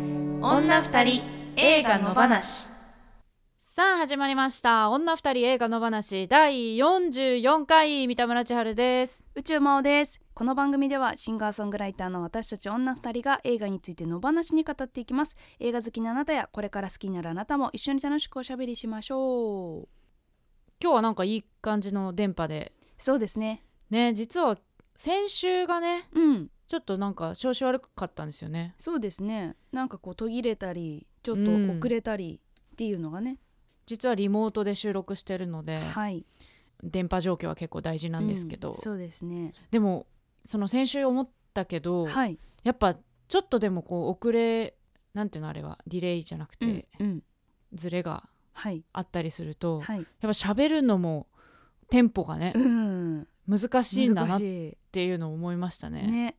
女二人映画の話さあ始まりました女二人映画の話第44回三田村千春です宇宙魔王ですこの番組ではシンガーソングライターの私たち女2人が映画について野放しに語っていきます映画好きなあなたやこれから好きになるあなたも一緒に楽しくおしゃべりしましょう今日はなんかいい感じの電波でそうですねね実は先週がねうんちょっとなんか調子悪かったんですよねそうですねなんかこう途切れたりちょっとうん遅れたりっていうのがね、実はリモートで収録してるので、はい電波状況は結構大事なんですけど、うんそうですねでもその先週思ったけど、はいやっぱちょっとでもこう遅れなんていうのあれはディレイじゃなくて、うん、うん、ズレがはいあったりすると、はいやっぱ喋るのもテンポがねうん難しいんだな難っしっていうのを思いましたね。いね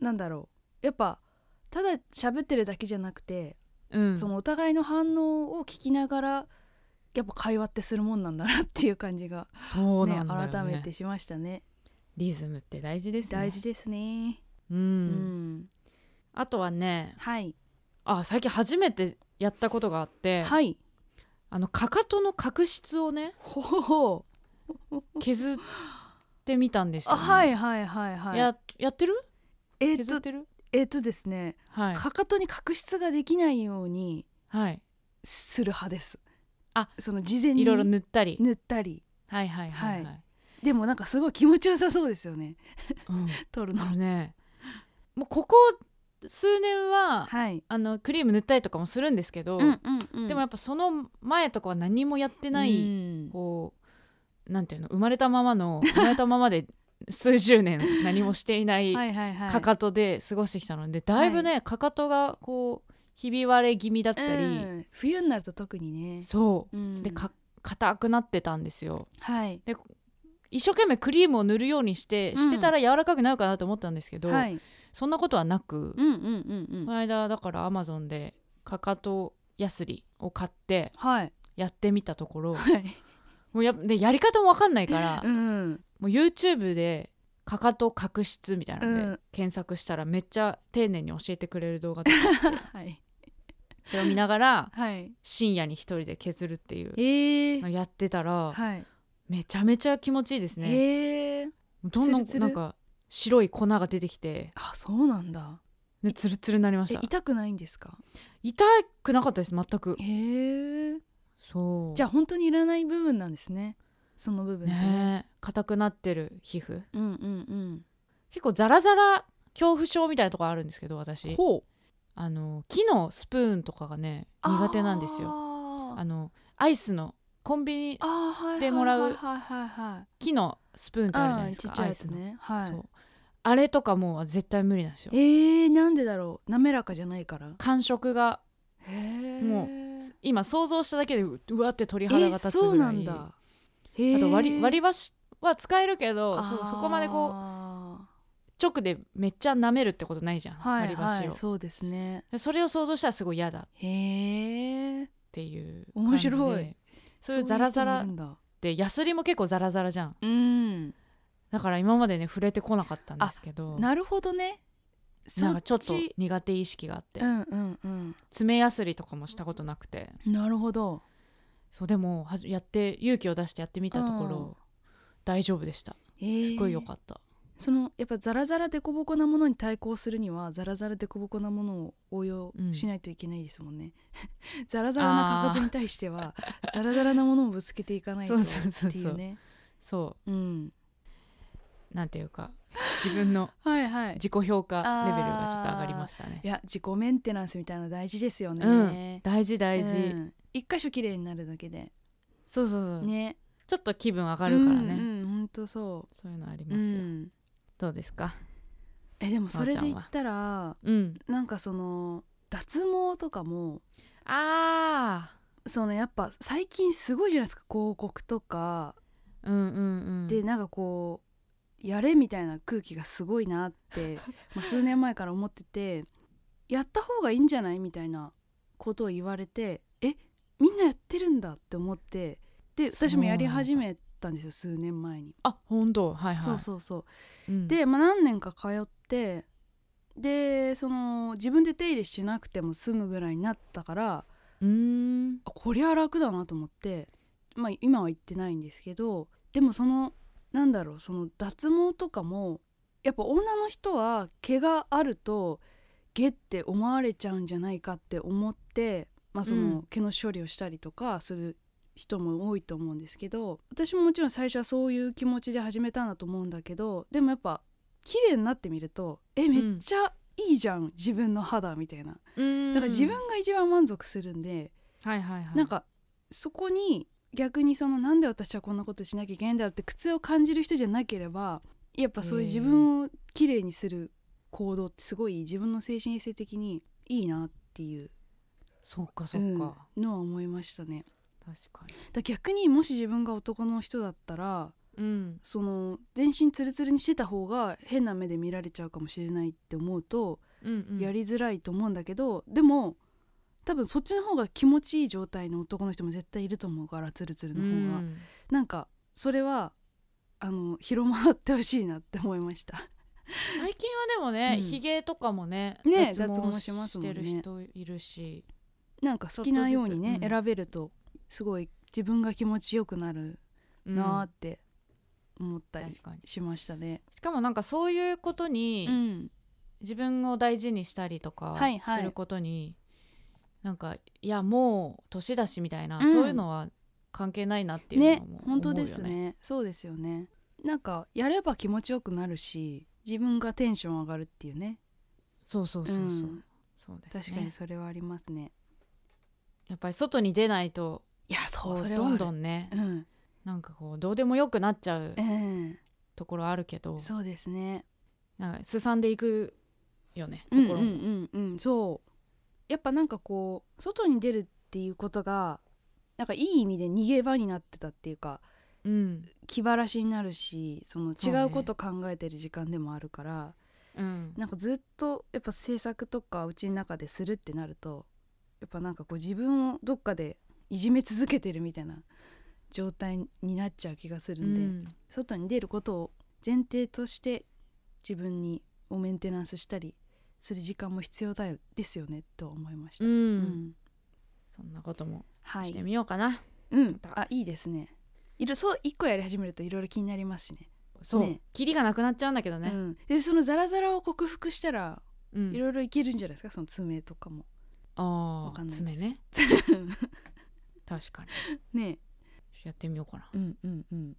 なんだろうやっぱただ喋ってるだけじゃなくてうん、そのお互いの反応を聞きながらやっぱ会話ってするもんなんだなっていう感じが、そうねなんだよね改めてしましたねリズムって大事ですね。大事ですねうん、うん、あとはねはいあ最近初めてやったことがあって、はいあのかかとの角質をねほほほ削ってみたんですよ、あねはいはいはいはいややってるえっ削っとてるえっとですね、はい、かかとに角質ができないようにはい、する派ですあその事前にいろいろ塗ったり、塗ったりはいはいはい、ははいでもなんかすごい気持ちよさそうですよねうん、取るあののねもうここ数年は、はいあのクリーム塗ったりとかもするんですけど、うんでもやっっぱその前とかは何もやってない、こうなんていうの生まれたまま の生まれたままで数十年何もしていないはいはいはいかかとで過ごしてきたので、だいぶね、かかとがこうひび割れ気味だったり、うん冬になると特にねそううんでか硬くなってたんですよはい一生懸命クリームを塗るようにしてうんしてたら柔らかくなるかなと思ったんですけど、はいそんなことはなく、うんうんうんうこんの間だからアマゾンでかかとやすりを買ってはいやってみたところはいもうやでやり方もわかんないからう、んもう YouTube でかかと角質みたいなうのでん検索したらめっちゃ丁寧に教えてくれる動画とか はいそれを見ながらはい深夜に一人で削るっていうえのーやってたらはいめちゃめちゃ気持ちいいですねえーどんどんツルツルなんか白い粉が出てきてあそうなんだでツルツルになりましえた痛くないんですか痛くなかったです全くへえそうじゃあ本当にいらない部分なんですねその部分ってねねえ硬くなってる皮膚うんうん結構ザラザラ恐怖症みたいなとこあるんですけどうん私ほうあの木のスプーンとかがね苦手なんですよあーあのアイスのコンビニあーはいでもらうはいはいはいはい木のスプーンってあるじゃなあいーですちっか、ちゃいアやイつスの、ねはいそうあれとかもう絶対無理なんですよえーなんでだろう滑らかじゃないから感触がへえも今想像しただけでううわって鳥肌がえ立つぐらいそうなんだああと割り割り箸は使えるけどそうそこまでこうう直でめっちゃ舐めるってことないじゃん、はい割りは箸をいそうですねでそれを想像したらすごい嫌だっへえていう面白い感じでそういうザラザラでヤスリも結構ザラザラじゃんうんだから今までね触れてこなかったんですけどなるほどねなんかちょっとそち苦手意識があって、うんうんうん爪やすりとかもしたことなくてなるほどそうでもはじやって勇気を出してやってみたところ、うん大丈夫でしたすすごい良かっった、たそのやっぱザラザラデコボコなものに対抗するにはザラザラデコボコなものを応用しないといけないですもんね ザラザラなかかとに対してはザラザラなものをぶつけていかないとっそうそうそうていそううねそうんうなんていうか自分のはいはい自己評価レベルがちょっと上がりましたねいや自己メンテナンスみたいなの大事ですよね、うん大事大事、うん一箇所綺麗になるだけでそうそうそう、ねちょっと気分上あがるからね、うんうんほんとそそういうのありう、うますよ、ん、どうですかえでもそれで言ったらうんなんかその脱毛とかもあそのやっぱ最近すごいじゃないですか広告とかーうんうんうんでなんかこうやれみたいな空気がすごいなって まあ数年前から思っててやった方がいいんじゃないみたいなことを言われてえみんなやってるんだって思ってでそうなんだ私もやり始めたんですよ数年前に、あ本当はいはいそうそうそううんで、まあ、何年か通ってでその自分で手入れしなくても済むぐらいになったからうーんあこりゃ楽だなと思って、まあ、今は行ってないんですけどでもそのなんだろうその脱毛とかもやっぱ女の人は毛があるとゲって思われちゃうんじゃないかって思って、まあ、そうのん毛の処理をしたりとかする人も多いと思うんですけど私ももちろん最初はそういう気持ちで始めたんだと思うんだけどでもやっぱ綺麗になってみるとえめっちゃいいじゃん、自分の肌みたいなだだから自分が一番満足するんで、はいはいはいなんかそこに逆にそのなんで私はこんなことしなきゃいけないんだろうって苦痛を感じる人じゃなければやっぱそういう自分をきれいにする行動ってすごい自分の精神衛生的にいいなっていうそうかそうか、うんのは思いましたね。確かだ逆にもし自分が男の人だったらにうんその全身ツルツルにしてた方が変な目で見られちゃうかもしれないって思うとうんうんやりづらいと思うんだけど、でも多分そっちの方が気持ちいい状態の男の人も絶対いると思うからツルツルの方が、うんなんかそれはあの広まってほしいなって思いました。 最近はでもねうんひげ、とかもねね脱脱毛毛ししますもんてねる人いるしなんか好きなようにちょねっ、とずつうん選べるとすごい自分が気持ちよくなるなーって思ったり確かにしましたね。しかもなんかそういうことに、うん、自分を大事にしたりとかはいはいすることに、なんかいやもう年だしみたいな、うんそういうのは関係ないなっていうねのも思うよね本当ですねそうですよね。なんかやれば気持ちよくなるし自分がテンション上がるっていうねそうそうそうそう、うんそうですね確かにそれはありますね。やっぱり外に出ないといやこそううそれはどあんるどんねうん、なんかこうどうでもよくなっちゃううん、ところあるけどそうですね。なんかすさんでいくよねうん心うんも、うんうんそうやっぱなんかこう外に出るっていうことがなんかいい意味で逃げ場になってたっていうかうん気晴らしになるしそのそうね違うこと考えてる時間でもあるから、うんなんかずっとやっぱ制作とかうちの中でするってなるとやっぱなんかこう自分をどっかでいじめ続けてるみたいな状態になっちゃう気がするうんで、ん外に出ることを前提として自分にをメンテナンスしたりする時間も必要だよですよねと思いましうた。んうんそんなこともはしてい。みようかな、うん。あいいですね。いろそう一個やり始めるといろいろ気になりますしね。そう、ねキリがなくなっちゃうんだけどうね、ん、でそのザラザラを克服したらうんいろいろいけるんじゃないですか、その爪とかも。あわあかんない 爪ね確かにねやってみようかなうんうんうん。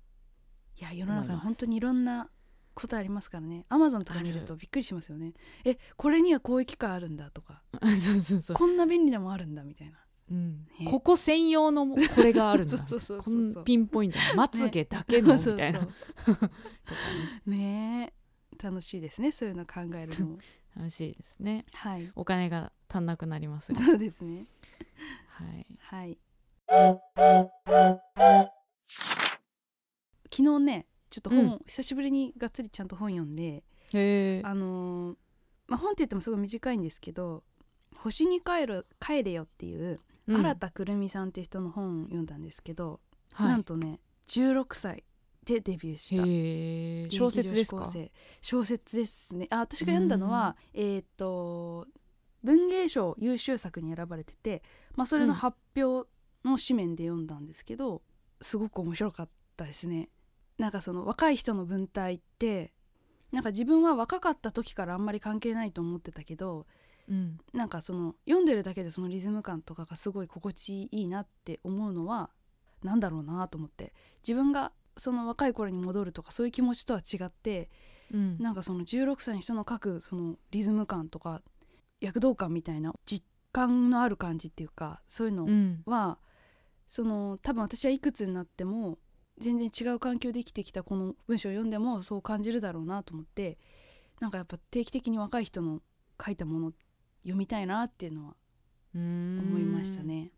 いや世の思いま中す本当にいろんなことありますからね。アマゾンとか見るとびっくりしますよね。えこれにはこういう機械あるんだとか、 そうそうそう、こんな便利なもんあるんだみたいな。うんねここ専用のこれがあるんだ そうそうそうこそうのピンポイントのまつげだけのみたいな、 そ うとかねねえ楽しいですねそういうの考えるの も楽しいですねはいお金が足んなくな りますがそうですねはいはい昨日ねちょっと本、うん久しぶりにがっつりちゃんと本読んでへえあのーまあ、本って言ってもすごい短いんですけど「星に帰る帰れよ」っていう新田くるみさんって人の本を読んだんですけど、なんとね16歳でデビューしたへえ小説ですか現役女子高生小説ですねあ私が読んだのは、えーっと文芸賞優秀作に選ばれてて、まあ、それの発表の紙面で読んだんですけど、すごく面白かったですねなんかその若い人の文体ってなんか自分は若かった時からあんまり関係ないと思ってたけどうんなんかその読んでるだけでそのリズム感とかがすごい心地いいなって思うのはなんだろうなと思って自分がその若い頃に戻るとかそういう気持ちとは違ってうんなんかその16歳の人の書くそのリズム感とか躍動感みたいな実感のある感じっていうかそういうのうんは、その多分私はいくつになっても全然違う環境で生きてきたこの文章を読んでもそう感じるだろうなと思ってなんかやっぱ定期的に若い人の書いたもの読みたいなっていうのはうーん思いましたね。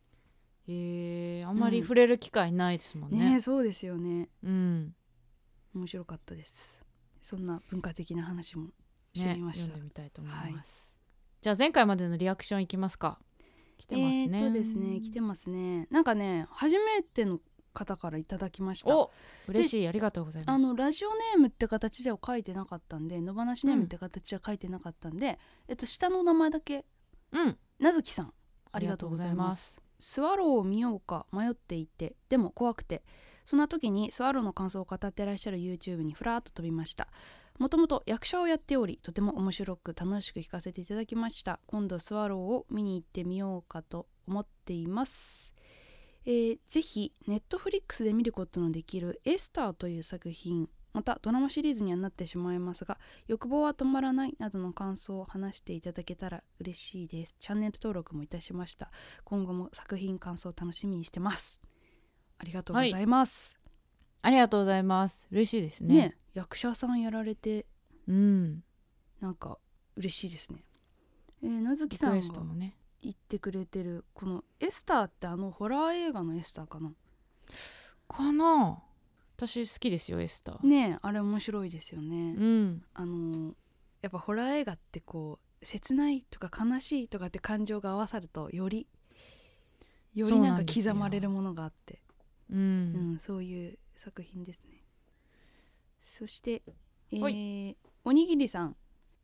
へえあんまり触れる機会ないですもんねねえそうですよねうん面白かったです。そんな文化的な話もねしてみました。読んでみたいと思いますじゃあ前回までのリアクションいきますか来てますえねーっとですね来てますねなんかね初めての方からいただきましたお嬉しいありがとうございあますのラジオネームって形では書いてなかったんで野放しネームって形では書いてなかったんで、えっと下の名前だけうんなずきさんあありりががととううごござざいいまますすスワローを見ようか迷っていてでも怖くてそんな時にスワローの感想を語ってらっしゃる YouTube にふらっと飛びましたもともと役者をやっておりとても面白く楽しく聞かせていただきました今度スワローを見に行ってみようかと思っていますえーぜひネットフリックスで見ることのできる「エスター」という作品またドラマシリーズにはなってしまいますが欲望は止まらないなどの感想を話していただけたら嬉しいですチャンネル登録もいたしました今後も作品感想を楽しみにしてますありがとうございます、ありがとうございます嬉しいですねね役者さんやられてうんなんか嬉しいですねえー、なずきリさクんエがストもね言ってくれてるこの「エスター」ってあのホラー映画のエスターかなかな私好きですよエスター、ねえあれ面白いですよねうんあのやっぱホラー映画ってこう切ないとか悲しいとかって感情が合わさるとよりよりなんそうなかんですよ刻まれるものがあってうん、うん、そういう作品ですねそして、えーはおにぎりさん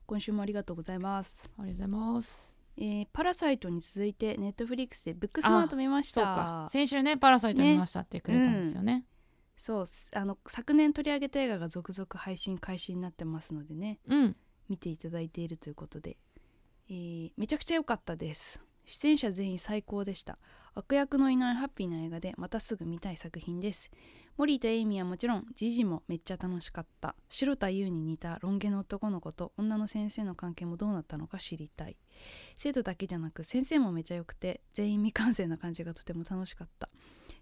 今週もありがとうございます、ありがとうございますえーパラサイトに続いてネットフリックスでブックスマート見ましそうたか先週ね「パラサイト見ました」ってくれたんですよねそうあの昨年取り上げた映画が続々配信開始になってますのでねうん見ていただいているということで、えーめちゃくちゃ良かったです出演者全員最高でした悪役のいないハッピーな映画でまたすぐ見たい作品ですモリーとエイミーはもちろんジジもめっちゃ楽しかった白田優に似たロン毛の男の子と女の先生の関係もどうなったのか知りたい生徒だけじゃなく先生もめちゃ良くて全員未完成な感じがとても楽しかった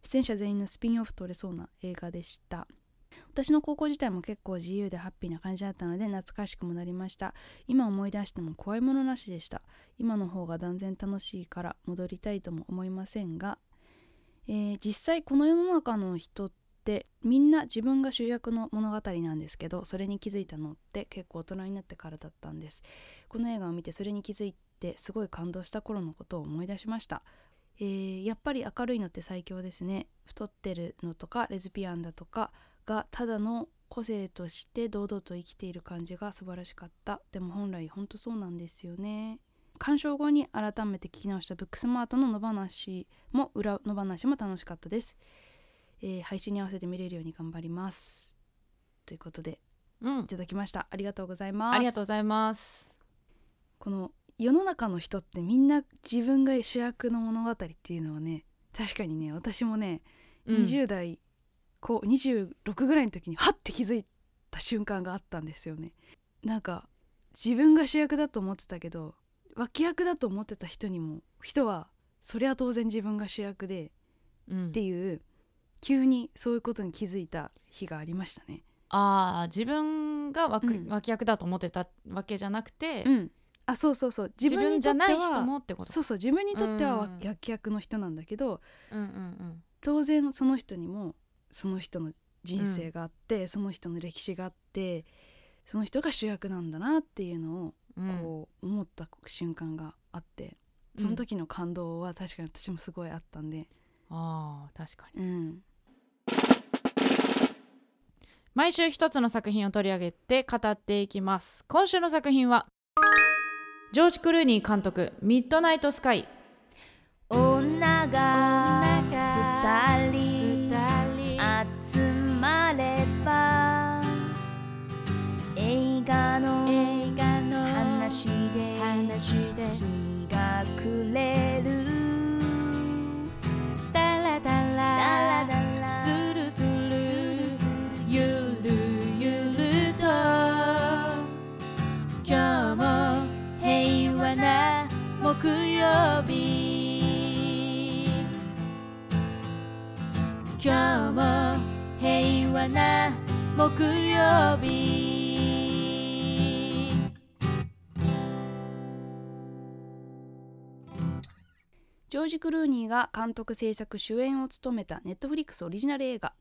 出演者全員のスピンオフ取れそうな映画でした私の高校自体も結構自由でハッピーな感じだったので懐かしくもなりました今思い出しても怖いものなしでした今の方が断然楽しいから戻りたいとも思いませんが、えー実際この世の中の人ってみんな自分が主役の物語なんですけどそれに気づいたのって結構大人になってからだったんですこの映画を見てそれに気づいてすごい感動した頃のことを思い出しましたえーやっぱり明るいのって最強ですね太ってるのとかレズビアンだとかがただの個性として堂々と生きている感じが素晴らしかったでも本来本当そうなんですよね鑑賞後に改めて聞き直したブックスマートの野放しも裏野放しも楽しかったです、えー配信に合わせて見れるように頑張りますということでうん、いただきましたありがとうございますありがとうございますこの世の中の人ってみんな自分が主役の物語っていうのはね確かにね私もね、うん20代こう26ぐらいの時にハッて気づいた瞬間があったんですよねなんか自分が主役だと思ってたけど脇役だと思ってた人にも人はそりゃ当然自分が主役でうんっていう急にそういうことに気づいた日がありましたね。ああ自分が枠、うん脇役だと思ってたわけじゃなくて、うん、あそうそうそう自自分分にじとゃってなはい人もってことそうそう自分にとってはうん脇役の人なんだけど、うんうん当然その人にもその人の人生があって、その人の歴史があってその人が主役なんだなっていうのをうんうんこう思った瞬間があって、うんその時の感動は確かに私もすごいあったんで、あー確かにうん、毎週一つの作品を取り上げて語っていきます今週の作品はジョージ・クルーニー監督「ミッドナイト・スカイ女が二二人集まれば映画の話で日が暮れるダラダラズルズルゆるゆると今日も平和な木曜日今日も平和な木曜日ジョージ・クルーニーが監督制作主演を務めたネットフリックスオリジナル映画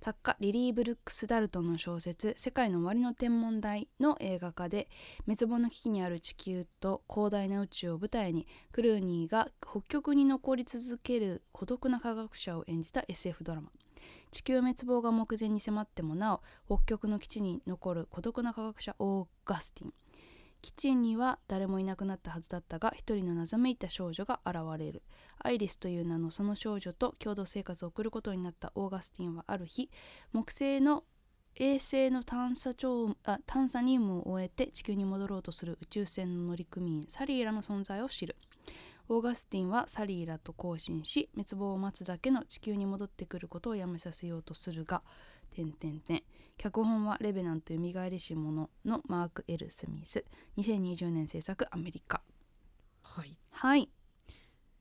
作家リリー・ブルックス・ダルトンの小説「世界の終わりの天文台」の映画化で滅亡の危機にある地球と広大な宇宙を舞台にクルーニーが北極に残り続ける孤独な科学者を演じた SF ドラマ地球滅亡が目前に迫ってもなお北極の基地に残る孤独な科学者オーガスティン基地には誰もいなくなったはずだったが一人の謎めいた少女が現れるアイリスという名のその少女と共同生活を送ることになったオーガスティンはある日木星の衛星の探査調あ探査任務を終えて地球に戻ろうとする宇宙船の乗組員サリーラの存在を知るオーガスティンはサリーラと交信し滅亡を待つだけの地球に戻ってくることをやめさせようとするが点点点脚本は「レベナント蘇りし者」のマーク・エル・スミス2020年制作アメリカはい、はい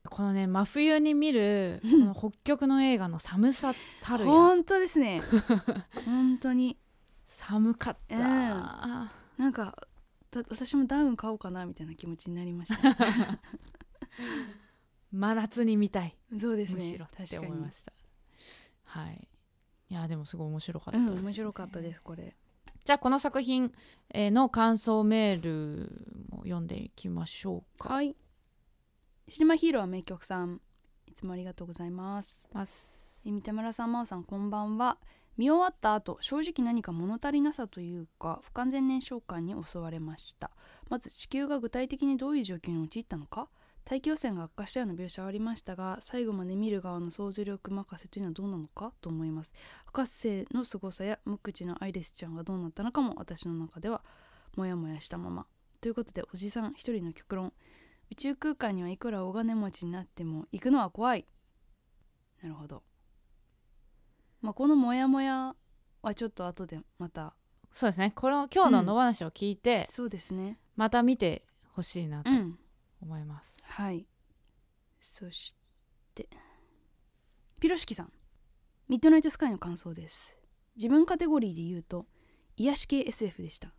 このね真冬に見 るこの北極の映画の寒さたるや本当です ね本当に寒かった、うんなんかだ私もダウン買おうかなみたいな気持ちになりました 真夏に見たいそうですむねしろって思い確かましたはいいやでもすごい面白かったにですうね、ん面白かったですこれじゃあこの作品えーの感想メールも読んでいきましょうかはいシネマヒーローは名曲さんいつもありがとうございますますえー三田村さん真央さんこんばんは見終わった後正直何か物足りなさというか不完全燃焼感に襲われましたまず地球が具体的にどういう状況に陥ったのか大気汚染が悪化したような描写はありましたが最後まで見る側の想像力任せというのはどうなのかと思います博士の凄さや無口のアイリスちゃんがどうなったのかも私の中ではモヤモヤしたままということでおじさん一人の極論宇宙空間にはいくら大金持ちになっても行くのは怖いなるほどまあ、このモヤモヤはちょっと後でまたそうですねこの今日の野放しを聞いて、そうですねまた見てほしいなとうん思います、はいそしてピロシキさんミッドナイトスカイの感想です自分カテゴリーで言うと癒し系 SF でした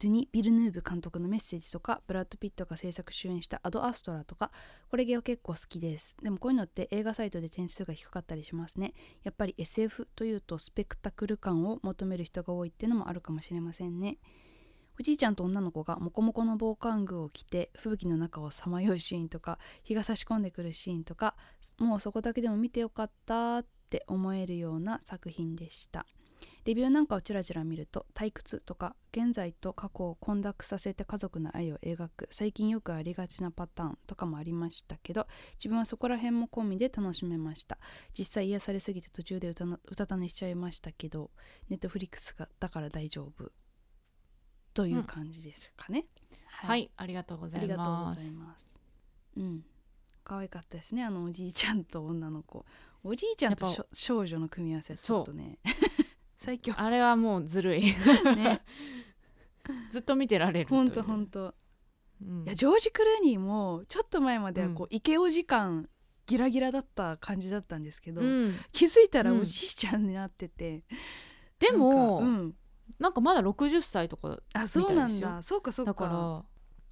ドゥニ・ビルヌーブ監督のメッセージとかブラッド・ピットが制作主演した「アド・アストラ」とかこれ系は結構好きですでもこういうのって映画サイトで点数が低かったりしますねやっぱり SF というとスペクタクル感を求める人が多いってのもあるかもしれませんねおじいちゃんと女の子がモコモコの防寒具を着て吹雪の中をさまようシーンとか日が差し込んでくるシーンとかもうそこだけでも見てよかったって思えるような作品でしたレビューなんかをちらちら見ると退屈とか現在と過去を混濁させて家族の愛を描く最近よくありがちなパターンとかもありましたけど自分はそこら辺も込みで楽しめました実際癒されすぎて途中でうたなうたた寝しちゃいましたけどネットフリックスがだから大丈夫という感じですかね、はい、ありがとうござあいりがとうごまざすいます。うん。可愛かったですね。あのおじいちゃんと女の子。おじいちゃんとやっぱしょ少女の組み合わせはちょっとね。 最強あれはもうずるい ね。ずっと見てられるというほんとほんと。うんいやジョージ・クルーニーもちょっと前まではこう、うイケオジ感ギラギラだった感じだったんですけど、うん気づいたらうんおじいちゃんになってて。でもななんかん,、うん。かまだ60歳とかあそうなんみたいだ。そうかそうか。だから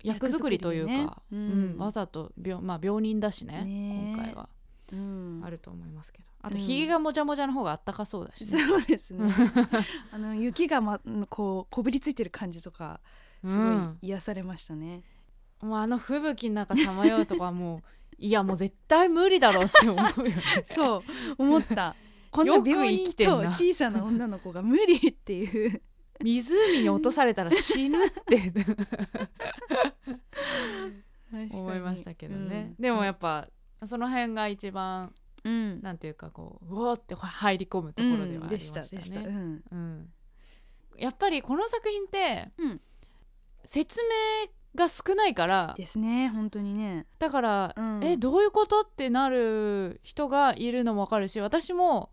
役作りというか、役作うりでんねうんわざと病,、まあ、病人だしねねえ今回はうんあ。ると思いますけどあとうんひげがもじゃもじゃの方があったかそうだしね、そうですね。あの雪がまこうこびりついてる感じとか。うすごいん癒されましたね。もうあの吹雪の中さまようとかはもういやもう絶対無理だろうって思うよ ねそう思った。 こんなよく病生院きてんとな小さな女の子が無理っていう。湖に落とされたら死ぬって 思いましたけどね、でもやっっぱその辺が一番ぱ、うん、なんていうかこううおーって入り込むところではありましたでした。うね、ん、うんやっぱりこの作品って、うん説明が少ないからですね本当にね。だから、うんえどういうことってなる人がいるのもわかるし私も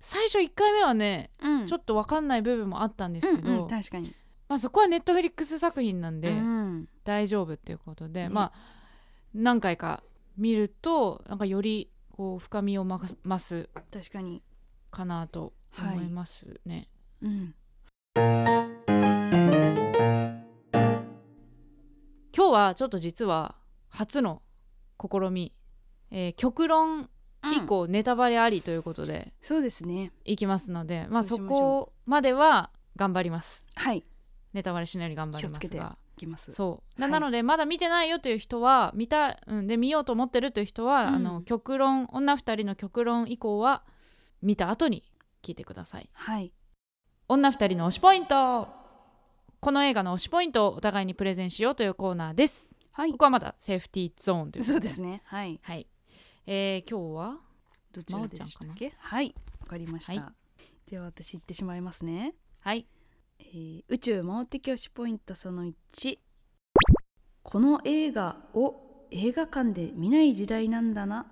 最初1回目はねうんちょっっとわかんない部分もあったんですけど、うんうん、確かに。まあ、そこはネットフリックス作品なんでうん大丈夫っていうことで、ねまあ何回か見るとなんかよりこう深みを増す増す確かに。かなと思いますね。うん。今日はちょっと実は初の試み、えー極論以降ネタバレありということでそうですねいきますので、まあ、そうそしましょうこまでは頑張りますはいいネタバレしないように頑張りま気をつすけてがきますそうはないなのでまだ見てないよという人は見た、うん、で見ようと思ってるという人は、うんあの極論女二人の極論以降は見た後に聞いてくださいはい女二人の推しポイントこの映画の推しポイントをお互いにプレゼンしようというコーナーですはいここはまだセーフティーゾーンということそうですねはいはい、えー、今日はどちらでしたっけはいわかりました、はでは私行ってしまいますねはいえー宇宙回って教師ポイントその1この映画を映画館で見ない時代なんだな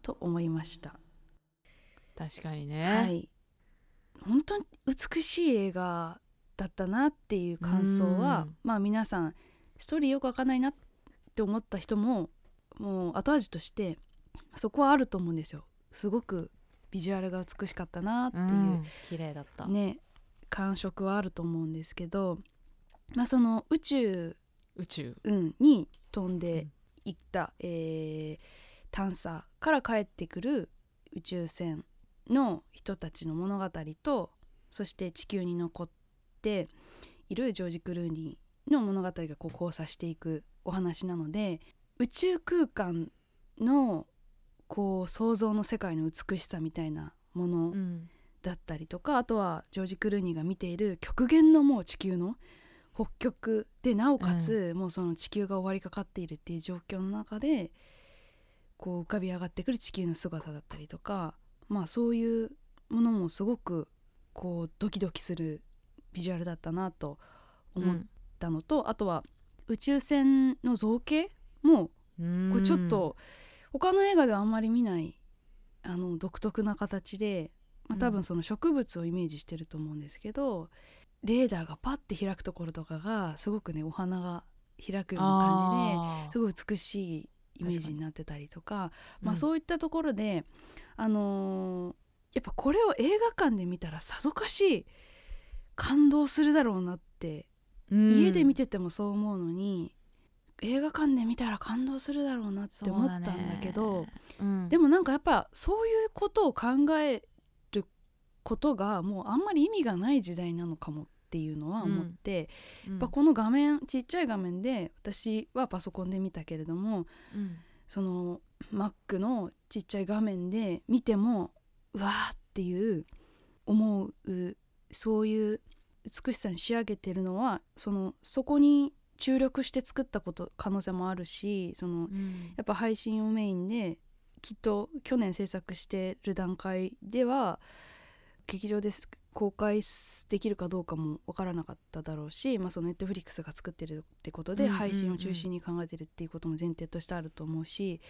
と思いました、確かにね、はい本当に美しい映画だったなっていう感想はうんまあ皆さんストーリーよくわかんないなって思った人ももう後味としてそこはあると思うんですよすごくビジュアルが美しかったなっていう、うん綺麗だった、ね感触はあると思うんですけど、まあ、その宇宙、宇宙うん、に飛んうでんいった、えー探査から帰ってくる宇宙船の人たちの物語とそして地球に残っているジョージ・クルーニーの物語がこう交差していくお話なので宇宙空間のこう想像の世界の美しさみたいなものうんだったりとかあとはジョージ・クルーニーが見ている極限のもう地球の北極でなおかつ、もうその地球が終わりかかっているっていう状況の中でこう浮かび上がってくる地球の姿だったりとかまあそういうものもすごくこうドキドキするビジュアルだったなと思っうたのと、あとは宇宙船の造形もんこうちょっと他の映画ではあんまり見ないあの独特な形で、まあ、多う分んその植物をイメージしてると思うんですけど、レーダーがパッて開くところとかがすごくねお花が開くような感じであーすごい美しいイメージになってたりとかまあ、うそういったところで、あのーやっぱこれを映画館で見たらさぞかし感動するだろうなってん、家で見てててもそう思うのに映画館で見たら感動するだろうなって思ったんだけど、でももなんかやっぱそういうことを考えることがもうあんまり意味がない時代なのかもっていうのは思って、やっやっぱこの画面ちっちゃい画面で私はパソコンで見たけれどもうんその Mac のちっちゃい画面で見てもうわーっていう思うそういう美しさに仕上げてるのはそのそこに注力して作ったこと可能性もあるしそのうんやっぱ配信をメインできっと去年制作してる段階では劇場です公開できるかどうかも分からなかっただろうし、まあ、そのネットフリックスが作ってるってことうでんうんうん配信を中心に考えてるっていうことも前提としてあると思うし、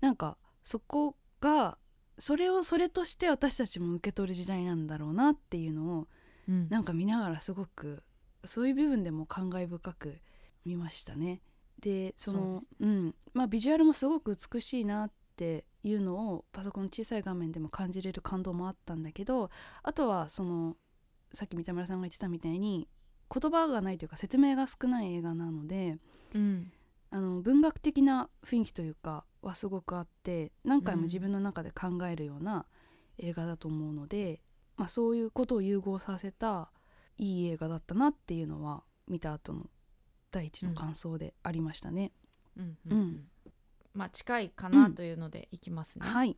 なんかそこがそれをそれとして私たちも受け取る時代なんだろうなっていうのをうんなんか見ながらすごくそういう部分でも感慨深く見ましたね。でそのうんまあ、ビジュアルもすごく美しいなっていうのをパソコンの小さい画面でも感じれる感動もあったんだけどあとはそのさっき三田村さんが言ってたみたいに言葉がないというか説明が少ない映画なのでうんあの文学的な雰囲気というかはすごくあって何回もうん自分の中で考えるような映画だと思うので、まあ、そういうことを融合させたいい映画だったなっていうのは見た後の第一の感想でありましたね。うんううんんまあ近いかなというのでいきますね、はい、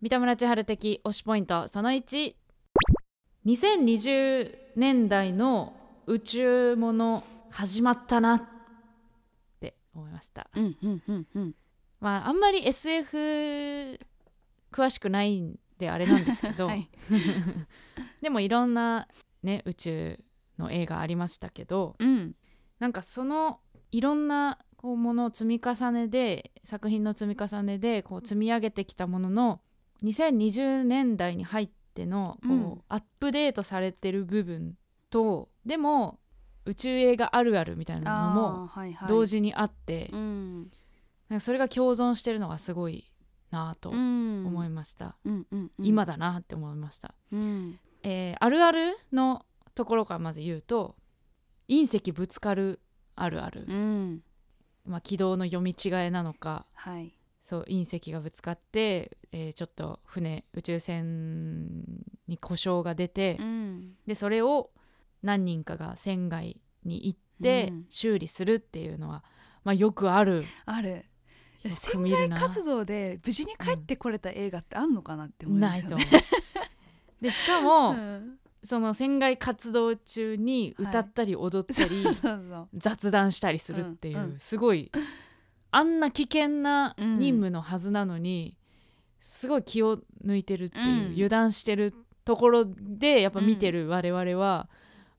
三田村千春的推しポイントその1 2020年代の宇宙もの始まったなって思いましたうんうんうんうん、まああんまり SF 詳しくないんであれなんですけど、 はいでもいろんなね宇宙の映画ありましたけどうんなんかそのいろんなこうものを積み重ねで作品の積み重ねでこう積み上げてきたものの2020年代に入ってのこう、うんアップデートされてる部分とでも宇宙映画あるあるみたいなのもあーはいはい同時にあって、うんなんかそれが共存してるのがすごいなぁとうん思いました、うんうんうん、今だなって思いました、うんえーあるあるのところからまず言うと隕石ぶつかるあるあるうんまあ、軌道の読み違えなのかはいそう隕石がぶつかって、えーちょっと船宇宙船に故障が出て、うんでそれを何人かが船外に行ってうん修理するっていうのは、まあ、よくあるあるよく船見る外な活動で無事に帰ってこれた映画ってあんのかなって思いまなすいよとね、思う。でしか も、うんその船外活動中にはい歌ったり踊ったり、 そうそうそう雑談したりするっていう、うんうんすごいあんな危険な任務のはずなのに、すごい気を抜いてるっていう、うん油断してるところでやっぱ見てる我々は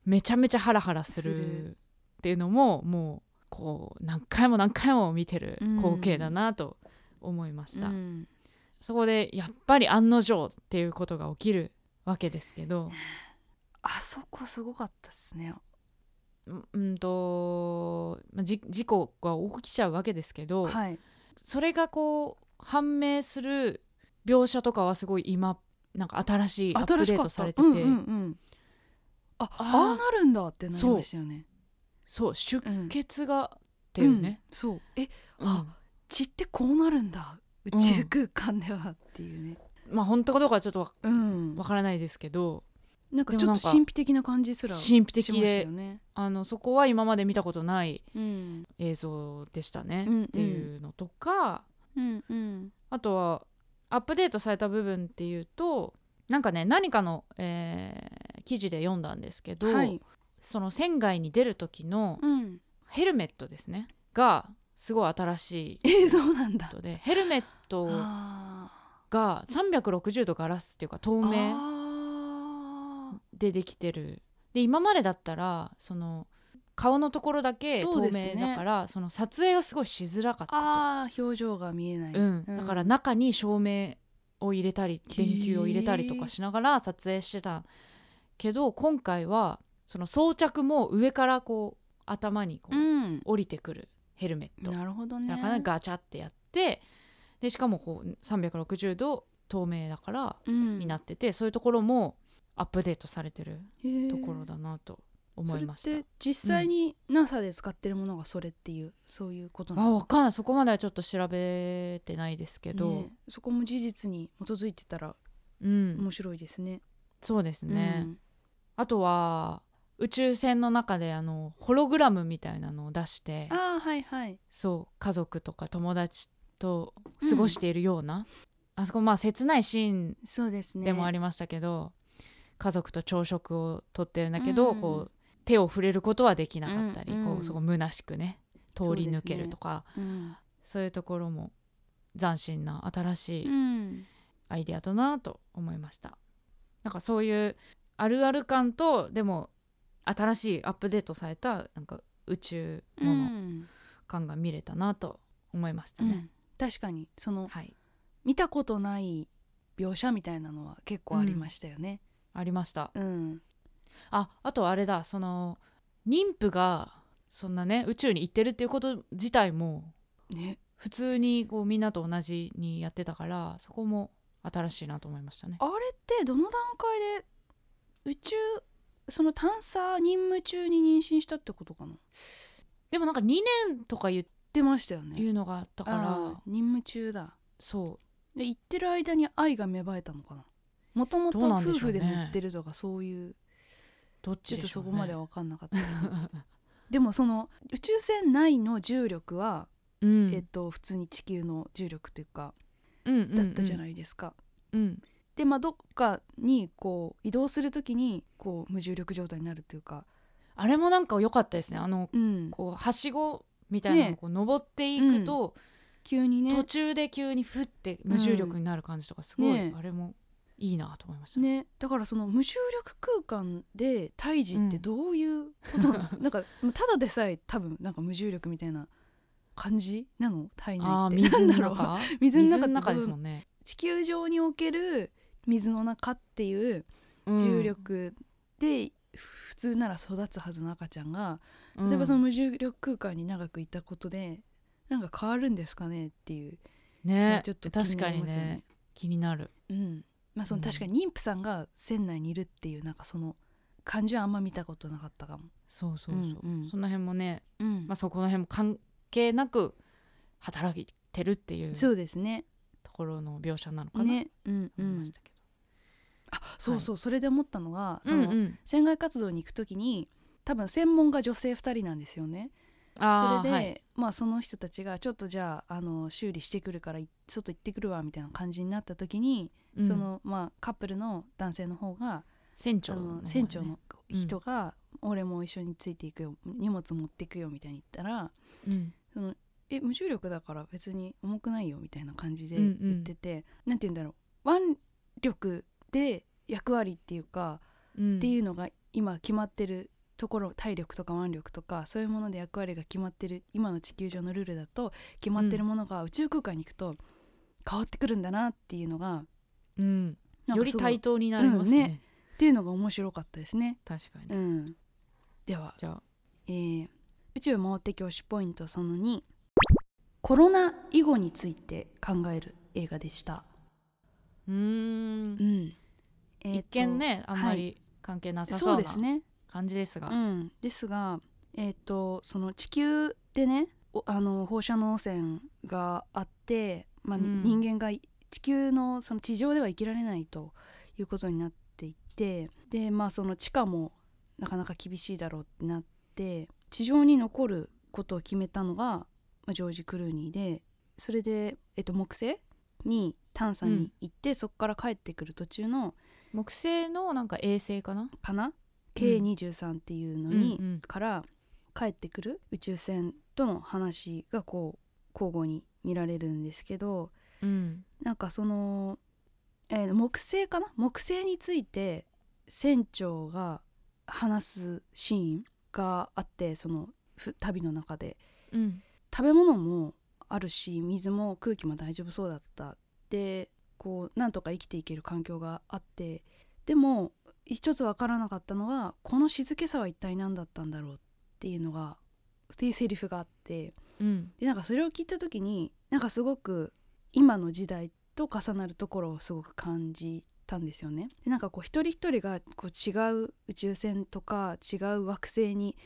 めちゃめちゃハラハラすするるっていうのももうこう何回も何回も見てる光景だなと思いました、うんそこでやっぱり案の定っていうことが起きるわけですけど。あそこすごかったですねううんと、まあ、じ事故が起きちゃうわけですけど、はいそれがこう判明する描写とかはすごい今なんか新しいアップ新デしかートったされてうんうんて、うんあああなるんだってなりましたよねそう出うん血がっていうね、うんそうえうんあ血ってこうなるんだ宇宙空間ではっていうねまあ本当かどうかはちょっとわうんわからないですけどなんかちょっと神秘的な感じすらし神秘まし的たで、よねあのそこは今まで見たことないうん映像でしたね、うんっていうのとか、うんうんあとはアップデートされた部分っていうとなんかね何かの、えー記事で読んだんですけど、はいその船外に出る時のうんヘルメットですねがすごい新しい えそうなんだこ とでヘルメットあが360度ガラスっていうか透ー明あでできてるで今までだったらその顔のところだけそう透ですね明だからそ、の撮影がすごいしづらかっーたとあー表情が見えないうん、だから中に照明を入れたりへ電ー球を入れたりとかしながら撮影してたけど今回はその装着も上からこう頭にこう、うん降りてくるヘルメットなるほどねだからガチャってやってでしかもこう360度透明だからうんになってて、そういうところもアップデートされてるへーところだなと思いましそたれって実際に NASA で使ってるものがそれっていうそういうことあなんだわかんないそこまではちょっと調べてないですけけど、そこも事実に基づいてたらうん面白いですね。そうですね、うんあとは宇宙船の中であのホログラムみたいなのを出してああはいはい。そう家族とか友達と過ごしているような、あそこまあ切ないシーンそうですね。でもありりましたけど、家族と朝食をとってるんだけど、うんこう手を触れることはできなかったり、うんこうすごい虚しくね通り抜けるとかうん。そう,、いうところも斬新な新しいうんアイデアだなと思いましたなんかそういうあるある感とでも新しいアップデートされたなんか宇宙うものん感が見れたなと思いましたうね、ん確かにそのはい見たことない描写みたいなのは結構ありましたよね。ありましたうん。ああとあれだその妊婦がそんなね宇宙に行ってるっていうこと自体もね。普通にこうみんなと同じにやってたからそこも新しいなと思いましたねあれってどの段階で宇宙その探査任務中に妊娠したってことかな。でもなんか2年とか言う出ましたよね。言うのがあったから、あー任務中だ。そうで行ってる間に愛が芽生えたのかなもともとどうなんで夫しょう婦ねで乗ってるとかそういうどっちちょっでとしそょ、うね、こまでは分かんなかったけど でもその宇宙船内の重力は、うんえっと、普通に地球の重力というかだだ、ったじゃないいですか。うんうんでまあどっかにこう移動する時にこう無重力状態になるというか、あれもなんか良かったですねあのうん、こうはしごみたいなのをねこう登っていくと、急に途ね中で急にふって無重力になる感じとかすごい、ねあれもいいなと思いました、ねだからその無重力空間で胎児ってどういうことな のなんかただでさえ多分なんか無重力みたいな感じなの体ああ内って水のなんだろう中水の水中のって中どうですもんね、地球上における水の中っていううん重、力で普通なら育つはずの赤ちゃんが、うん例えばその無重力空間に長くいたことでなんか変わるんですかねっていう、ねちょっと気確になかりにますよねね。気になるうんまあ、そのうん確かに妊婦さんが船内にいるっていうなんかその感じはあんま見たことなかったかも。そうそうそう、うんうんその辺もね、うんまあ、そこの辺も関係なく働ってるっていうそうですねところの描写なのかな、ねうんう思いんましたけあそうそう、それで思ったのがどその、うんうん船外活動に行く時に多分専門が女性2人なんですよねあーそれで、はいまあその人たちがちょっとじゃああの修理してくるからい外行ってくるわみたいな感じになった時に、うんそのまあカップルの男性の方が船長あの方のね船長の人が、俺も一緒についていくよ荷物持ってくよみたいに言ったらうんえ無重力だから別に重くないよみたいな感じでうんうん言ってて、なんて言うんだろう腕力で役割っていうか、うんっていうのが今決まってるところ体力とか腕力とかそういうもので役割が決まってる今の地球上のルールだと決まってるものが宇宙空間に行くと変わってくるんだなっていうのがうんなんよかりすごい対等になりまうすんね,、ねっていうのが面白かったですね。確かに、うん、では、じゃあえー宇宙回って教師ポイントその2コロナ以後について考える映画でした。うーんうんえーと一見ねあんまはり関係なさそそううですなね感じですがうん、ですが、えー、とその地球でねおあの放射能汚染があって、まあうん人間がい地球のその地上では生きられないということになっていてで、まあ、その地下もなかなか厳しいだろうってなって地上に残ることを決めたのが、まあジョージ・クルーニーでそれで、えー、と木星に探査に行って、そこから帰ってくる途中の木星のなんか衛星かなかな K23 っていうのに、うんうんから帰ってくる宇宙船との話がこう交互に見られるんですけどうんなんかその、えー木星かな木星について船長が話すシーンがあってそのふ旅の中でうん食べ物もあるし水も空気も大丈夫そうだったでこうなんとか生きていける環境があってでも一つ分からなかったのがこの静けさは一体何だったんだろうっていうのがっていうセリフがあってうんでなんかそれを聞いた時になんかすごく今の時代と重なるところをすごく感じたんですよね。でなんかこう一人一人がこう違う宇宙船とか違う惑星に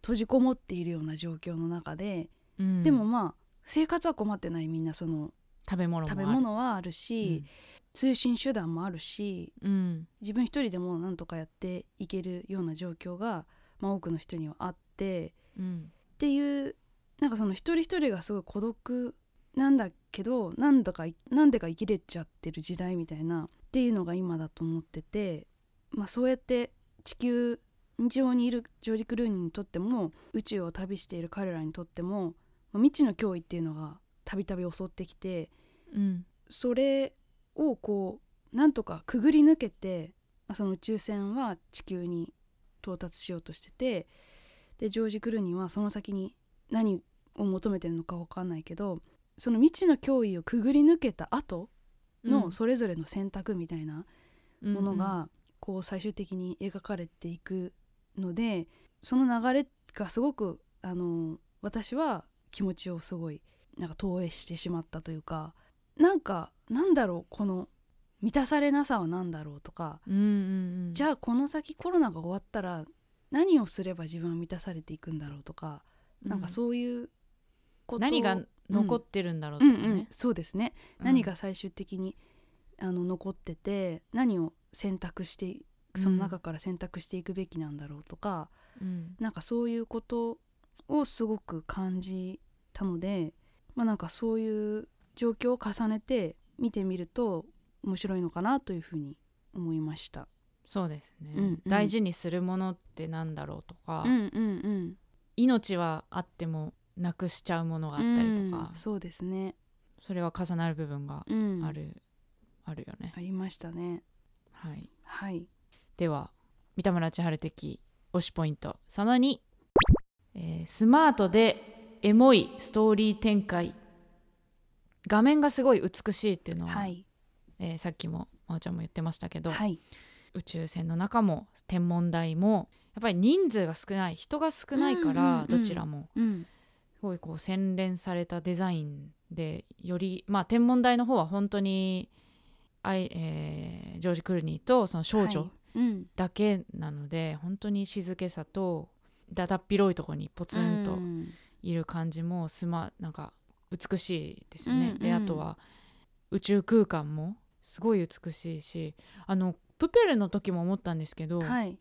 閉じこもっているような状況の中でうんでもまあ生活は困ってないみんなその食べ物もあ食るべ物はあるし、通信手段もあるしうんうん自分一人でもなんとかやっていけるような状況が、まあ、多くの人にはあってうんっていうなんかその一人一人がすごい孤独なんだけどなんだかなんでか生きれちゃってる時代みたいなっていうのが今だと思ってて、まあ、そうやって地球上にいるジョージ・クルーニーにとっても宇宙を旅している彼らにとっても、まあ、未知の脅威っていうのがたびたび襲ってきてうんそれをこうなんとかくぐり抜けて、まあ、その宇宙船は地球に到達しようとしててでジョージ・クルーニーはその先に何を求めてるのか分かんないけどその未知の脅威をくぐり抜けた後のそれぞれの選択みたいなものうんがこう最終的に描かれていくのでその流れがすごくあの私は気持ちをすごいなんか投影してしまったというかなんかなんだろうこの満たされなさは何だろうとか、うんうんうんじゃあこの先コロナが終わったら何をすれば自分は満たされていくんだろうとか、なんかそういうこと何が残ってるんだろうとかね、うんうん、そうですね、うん何が最終的にあの残ってて何を選択してその中から選択していくべきなんだろうとか、うんなんかそういうことをすごく感じたのでまあなんかそういう状況を重ねて見てみると面白いのかなというふうに思いました。そうですね、うんうん大事にするものってなんだろうとか、うんうんうん、命はあってもなくしちゃうものがあったりとか、うんそそうですね、れは重なる部分がうん、ある、あるよねあ、りましたね。はい、はい、では三田村千春的推しポイントその2、えースマートでエモいストーリー展開画面がすごい美しいっていうのは、はい、えーさっきもまおちゃんも言ってましたけど、はい、宇宙船の中も天文台もやっぱり人数が少ない人が少ないかうんらうんうどんちらもうん、すごいこう洗練されたデザインでよりまあ天文台の方は本当にあい、えージョージ・クルーニーとその少は女い、うん、だけなので、本当に静けさとだだっ広いとこにポツンうとんいる感じもスマなんか美しいですよね。うんでうあんとは宇宙空間もすごい美しいしあのプペルの時も思ったんですけど、はい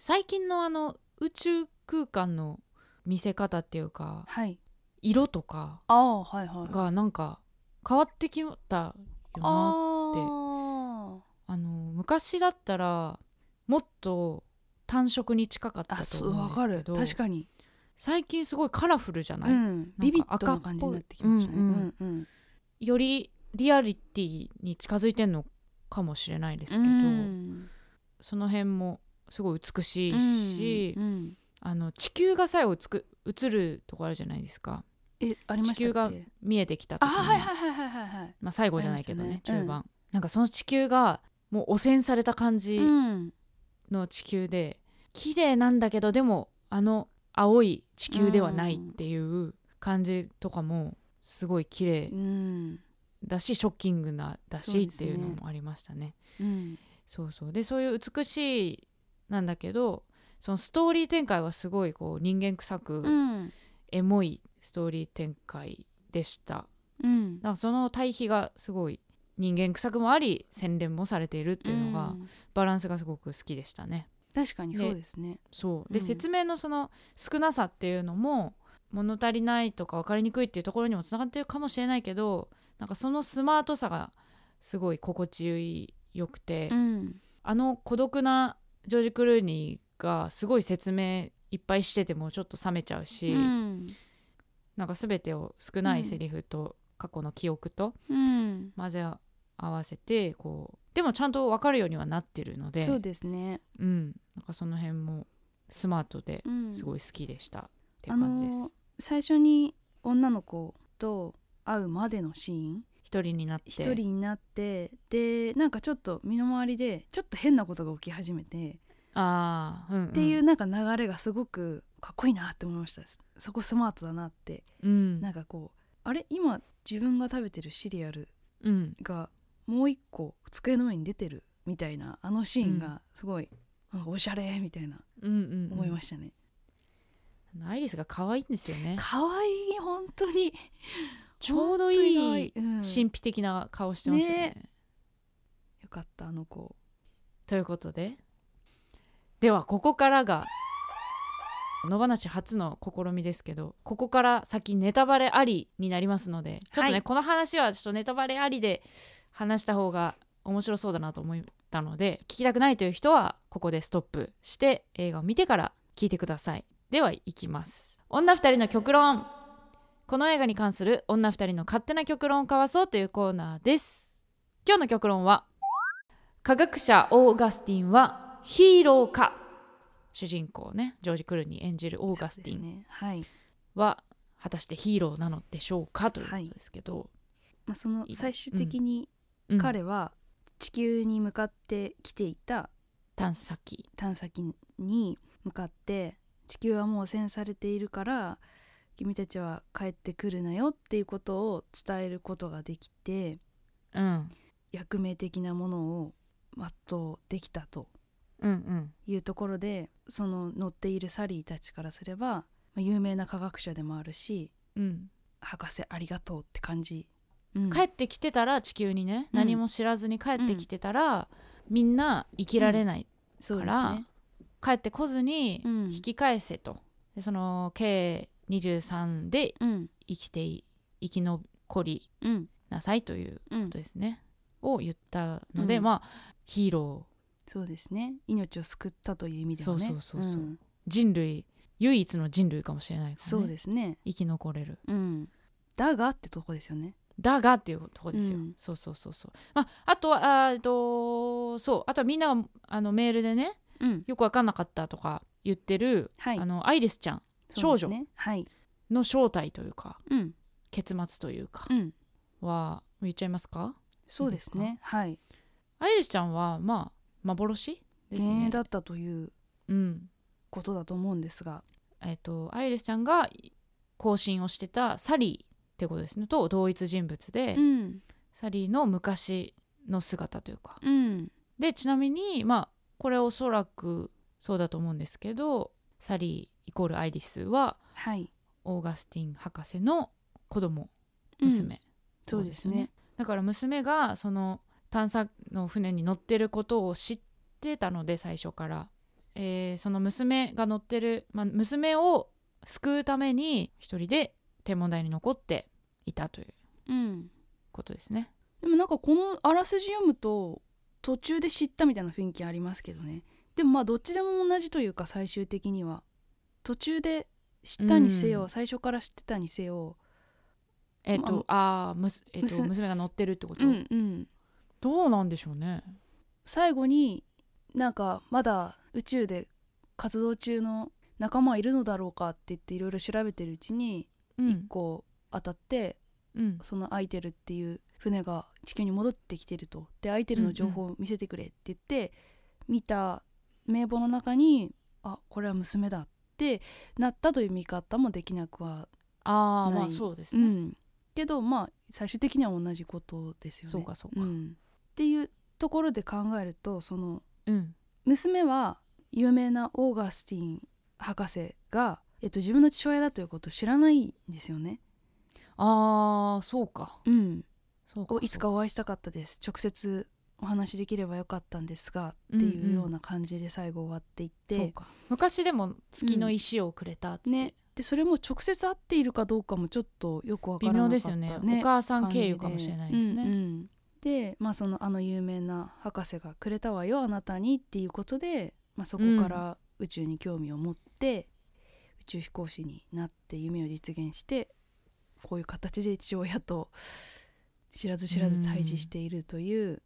最近のあの宇宙空間の見せ方っていうかはい色とかああはいはいがなんか変わってきたよなああの昔だったらもっと単色に近かったあそとう思わうんでかするけど確かに、最近すごいカラフルじゃない、うんビビッドな感じになってきましたねうんうんうんうんよりリアリティに近づいてんのかもしれないですけど、うんその辺もすごい美しいし、うんうんあの地球が最後つく映るとこあるじゃないですかえありましたっけ地球が見えてきたあ時にはいはいはいはいはいはいまあ、最後じゃないけどねありましたね中盤、なんかその地球がもう汚染された感じうんの地球で綺麗なんだけどでもあの青い地球ではないっていう感じとかもすごい綺麗うんだしショッキングなだそうしっですてねいうのもありましたね。うんそうそうでそういう美しいなんだけどそのストーリー展開はすごいこう人間臭く、うんエモいストーリー展開でした。うんだからその対比がすごい人間臭くもあり洗練もされているっていうのが、んバランスがすごく好きでしたね。確かにそうですねそうで、うん説明のその少なさっていうのも物足りないとか分かりにくいっていうところにもつながってるかもしれないけどなんかそのスマートさがすごい心地よくて、うんあの孤独なジョージ・クルーニーがすごい説明いっぱいしててもちょっと冷めちゃうし、うんなんか全てを少ないセリフと過去の記憶とうん混ぜ合わせてこうでもちゃんと分かるようにはなってるのでそうですねうん、なんかその辺もスマートでうんすごい好きでした、っていあう感じでのす。最初に女の子と会うまでのシーン一人になって一人になってでなんかちょっと身の回りでちょっと変なことが起き始めて、ああ、うんんっていう、なんか流れがすごくかっこいいなって思いましたそこスマートだなってうんなんかこうあれ今自分が食べてるシリアルうん、がもう一個机の上に出てるみたいなあのシーンうんがすごい、なんかおしゃれみたいなうんうん思いまししたね、たアイリスが可愛いんですよね可愛い本当にちょうどい本当いに可愛うん神秘的な顔してますよねよかったあの子ということでではここからが野放し初の試みですけどここから先ネタバレありになりますのでちょっとね、はいこの話はちょっとネタバレありで話した方が面白そうだなと思ったので聞きたくないという人はここでストップして映画を見てから聞いてくださいではいきます女二人の極論この映画に関する女二人の勝手な極論を交わそうというコーナーです今日の極論は科学者オーガスティンはヒーローか主人公ねジョージ・クルーニー演じるオーガスティそうンですねはい、は果たしてヒーローなのでしょうかということですけど、まあ、そのいい最終的にうん彼は地球に向かって来ていた探査機探査機に向かって地球はもう汚染されているから君たちは帰ってくるなよっていうことを伝えることができてうん、うん役名的なものを全うできたとうんいうところでその乗っているサリーたちからすれば、まあ有名な科学者でもあるしうん博士ありがとうって感じ、うん帰ってきてたら地球にね、うん何も知らずに帰ってきてたら、みんな生きられない、そうですからね帰ってこずにうん引き返せと、でその計23でうん生きてい生き残りうんなさいといううこんとですね、を言ったので、うんまあヒーローそうですね命を救ったという意味ではねそうそうそうそうん人類唯一の人類かもしれないから、そうね、ですね生き残れるうんだがってとこですよねだがっていうとこですよ、うんそうそうそうそう、まあ、あとはあーえっとそうあとはみんながあのメールでねうんよく分かんなかったとか言ってる、はいあのアイリスちゃんそうです少ねはいの正体というかうん結末というかうんは言っちゃいますかそうですいいねはいアイリスちゃんはまあ幻です幻ね影だったといううんことだと思うんですがえっとアイリスちゃんが更新をしてたサリーってことですねと同一人物で、うんサリーの昔の姿というかうんでちなみにまあこれおそらくそうだと思うんですけどサリーイコールアイリスははいオーガスティン博士の子供娘、そうですねだから娘がその探査の船に乗ってることを知ってたので最初から、えーその娘が乗ってる、まあ、娘を救うために一人で天文台に残っていたといううんことですね。でもなんかこのあらすじ読むと途中で知ったみたいな雰囲気ありますけどねでもまあどっちでも同じというか最終的には途中で知ったにせよ、うん最初から知ってたにせよえっ、と、ああむす、えっと娘娘が乗ってるってこと、うんうんどうなんでしょうね。最後になんかまだ宇宙で活動中の仲間はいるのだろうかって言っていろいろ調べてるうちにう一ん、個当たって、うん、そのアイテルっていう船が地球に戻ってきてるとでアイテルの情報を見せてくれって言って、見た名簿の中にあこれは娘だってなったという見方もできなくは、ああまなあいそうですうね。ん、けどまあ最終的には同じことですよね。そうかそうかんっていうところで考えるとそのうん、娘は有名なオーガスティン博士が、えっと、自分の父親だということを知らないんですよね。ああそうかうん、そうかをいつかお会い会いしたかったです直接お話しできればよかったんですがっていうような感じで最後終わっていって、そうか昔でも月の石をくれたっつって、ね、でそれも直接会っているかどうかもちょっとよくわか微らなか妙ったですよねお母さん経由かもしれないですね、うんうんでまあそのあの有名な博士が「くれたわよあなたに」っていうことで、まあ、そこから宇宙に興味を持って、宇宙飛行士になって夢を実現してこういう形で父親と知らず知らず対峙しているという、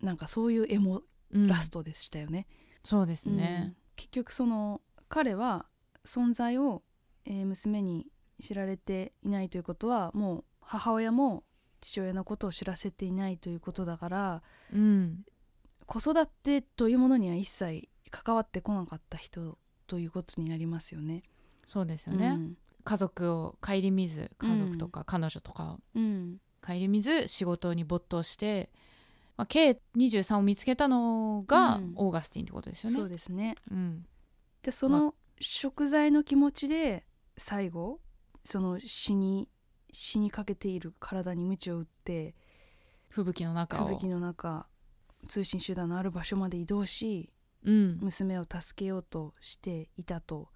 なんかそういうエモうんラストでしたよね。そうですうんね、結局その彼は存在を、えー娘に知られていないということはもう母親も父親のことを知らせていないということだからうん子育てというものには一切関わってこなかった人ということになりますよね。そうですよね、うん家族を顧みず家族とか彼女とかをうん顧みず仕事に没頭して、まあ、計23を見つけたのがうんオーガスティンってことですよね、そうですね。うんでその食材の気持ちで最後その死に死にかけている体に鞭を打って吹雪の中を吹雪の中通信手段のある場所まで移動しうん、娘を助けようとしていたと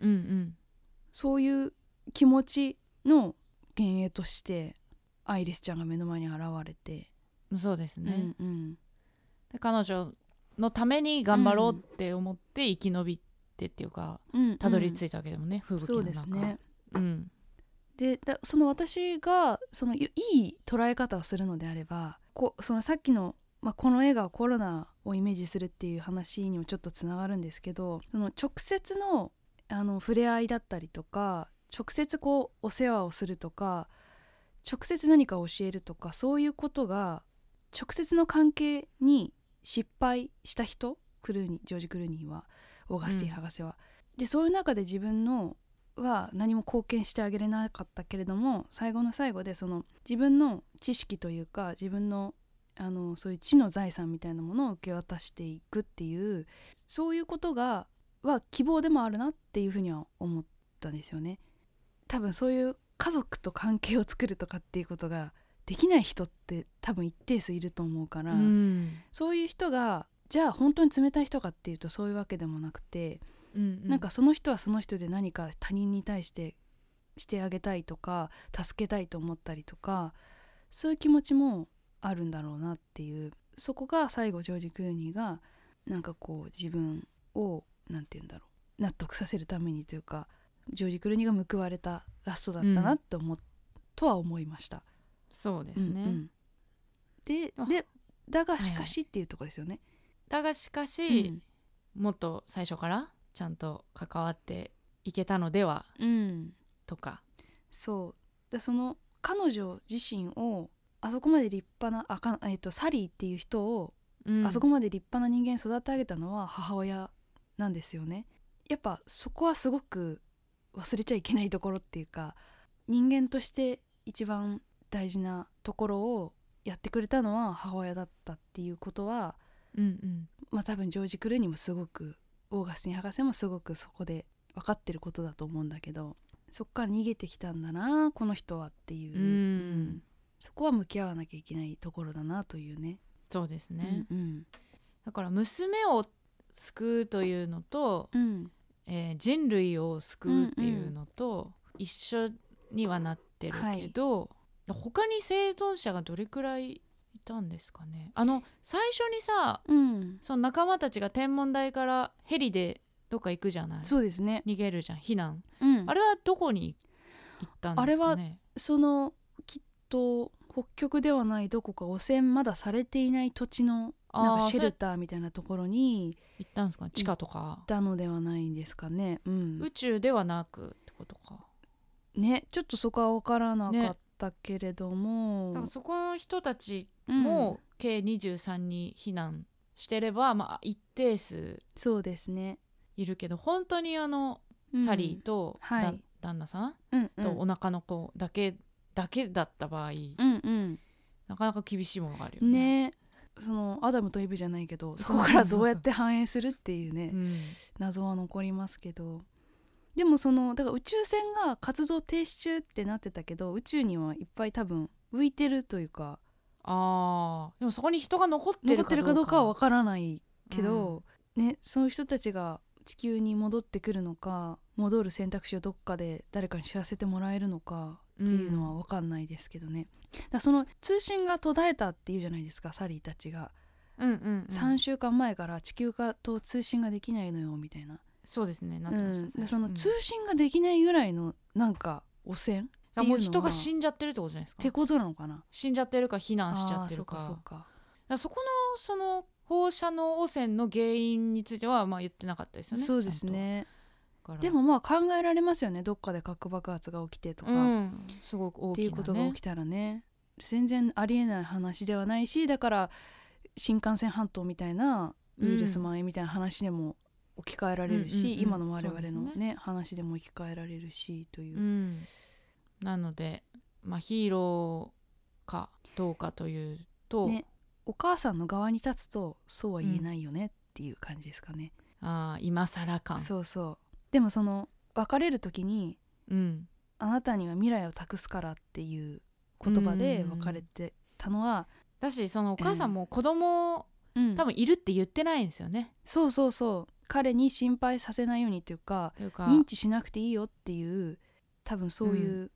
うんうんそういう気持ちの幻影としてアイリスちゃんが目の前に現れて、そうですね、うんうんで彼女のために頑張ろうって思って生き延びてっていうかうんうんたどり着いたわけでもね、吹雪そのう中ですねうん、でだその私がそのいいい捉え方をするのであればこそのさっきの、まあ、この絵がコロナをイメージするっていう話にもちょっとつながるんですけどその直接のあの触れ合いだったりとか直接こうお世話をするとか直接何かを教えるとかそういうことが直接の関係に失敗した人クルーニージョージ・クルーニーはオーガスティン博士は。でそういう中で自分のは何も貢献してあげれなかったけれども最後の最後でその自分の知識というか自分のあのそういう知の財産みたいなものを受け渡していくっていうそういうことがは希望でもあるなっていうふうには思ったんですよね。多分そういう家族と関係を作るとかっていうことができない人って多分一定数いると思うから、うんそういう人がじゃあ本当に冷たい人かっていうとそういうわけでもなくて、うん、なんかその人はその人で何か他人に対してしてあげたいとか助けたいと思ったりとかそういう気持ちもあるんだろうなっていうそこが最後ジョージ・クルーニーがなんかこう自分をなんて言うんだろう納得させるためにというかジョージ・クルーニーが報われたラストだったうなんと思っ、とは思いました。そうですね、うんうんであでだがいはいしかしっていうとこですよね。だがしかし、もっと最初からちゃんと関わっていけたのではうんうんとかそうでその彼女自身をあそこまで立派なあか、えっとサリーっていう人を、あそこまで立派な人間に育て上げたのは母親なんですよねやっぱそこはすごく忘れちゃいけないところっていうか人間として一番大事なところをやってくれたのは母親だったっていうことはうんうんまあ多分ジョージ・クルーニーもすごくオーガスティン博士もすごくそこで分かってることだと思うんだけどそっから逃げてきたんだなこの人はっていう、うんうんそこは向き合わなきゃいけないところだなというね。そうですね、うんだから娘を救うというのと、うんうんえー人類を救うっていうのと一緒にはなってるけど、他に生存者がどれくらいいたんですかねあの最初にさうんその仲間たちが天文台からヘリでどっか行くじゃないそうですね、逃げるじゃん避難、うん、あれはどこに行ったんですかねそのきっと北極ではないどこか汚染まだされていない土地のあなんかーシェそれルターみたいなところに行ったんですか地下とかい、たのではないんですかね。うん、宇宙ではなくってことかねちょっとそこは分からなかねったけれども、だからそこの人たちうんも計23に避難してれば、まあ、一定数そうですね、いるけど本当にあの、うんサリーと、はいだ旦那さんうんうんとお腹の子だけ、だけだった場合、うんうんなかなか厳しいものがあるよね。ねそのアダムとイブじゃないけどそそうこそうかそらうどうやって反映するっていうねうん謎は残りますけどでもそのだから宇宙船が活動停止中ってなってたけど宇宙にはいっぱい多分浮いてるというかあーでもそこに人が残って残るってかどるかうかどうかは分からないけど、ねそういう人たちが地球に戻ってくるのか戻る選択肢をどっかで誰かに知らせてもらえるのかっていうのは分かんないですけどね、だからその通信が途絶えたっていうじゃないですかサリーたちが、うんうんうん3週間前から地球化と通信ができないのよみたいな、そうですねなうってましたん、最で初そのうん通信ができないぐらいのなんか汚染っだからもうっていうの人はが死んじゃってるってことじゃないですてかことなのかな死んじゃってるか避難しちゃあっあーてそるうかかそうかだからそこのその放射能汚染の原因についてはまあ言ってなかったですよね。そうですねちゃんと。でもまあ考えられますよねどっかで核爆発が起きてとだか、から、うっん、すごく大ていきうこなとがね起きたらね全然ありえない話ではないしだから新幹線半島みたいなウイルス蔓延みたいな話でも置き換えられるし、うんうんうん今の我々そうのでねす話でも置き換えられるしという、うん、なので、まあ、ヒーローかどうかというと、ねお母さんの側に立つとそうは言えないよねっていう感じですかね、ああ今更感そうそうでもその別れる時にう、ん、あなたには未来を託すからっていう言葉で別れてたのは、だしそのお母さんも子供、うん多分いるって言ってないんですよね。そうそうそう彼に心配させないようにというかというか、認知しなくていいよっていう多分そういうう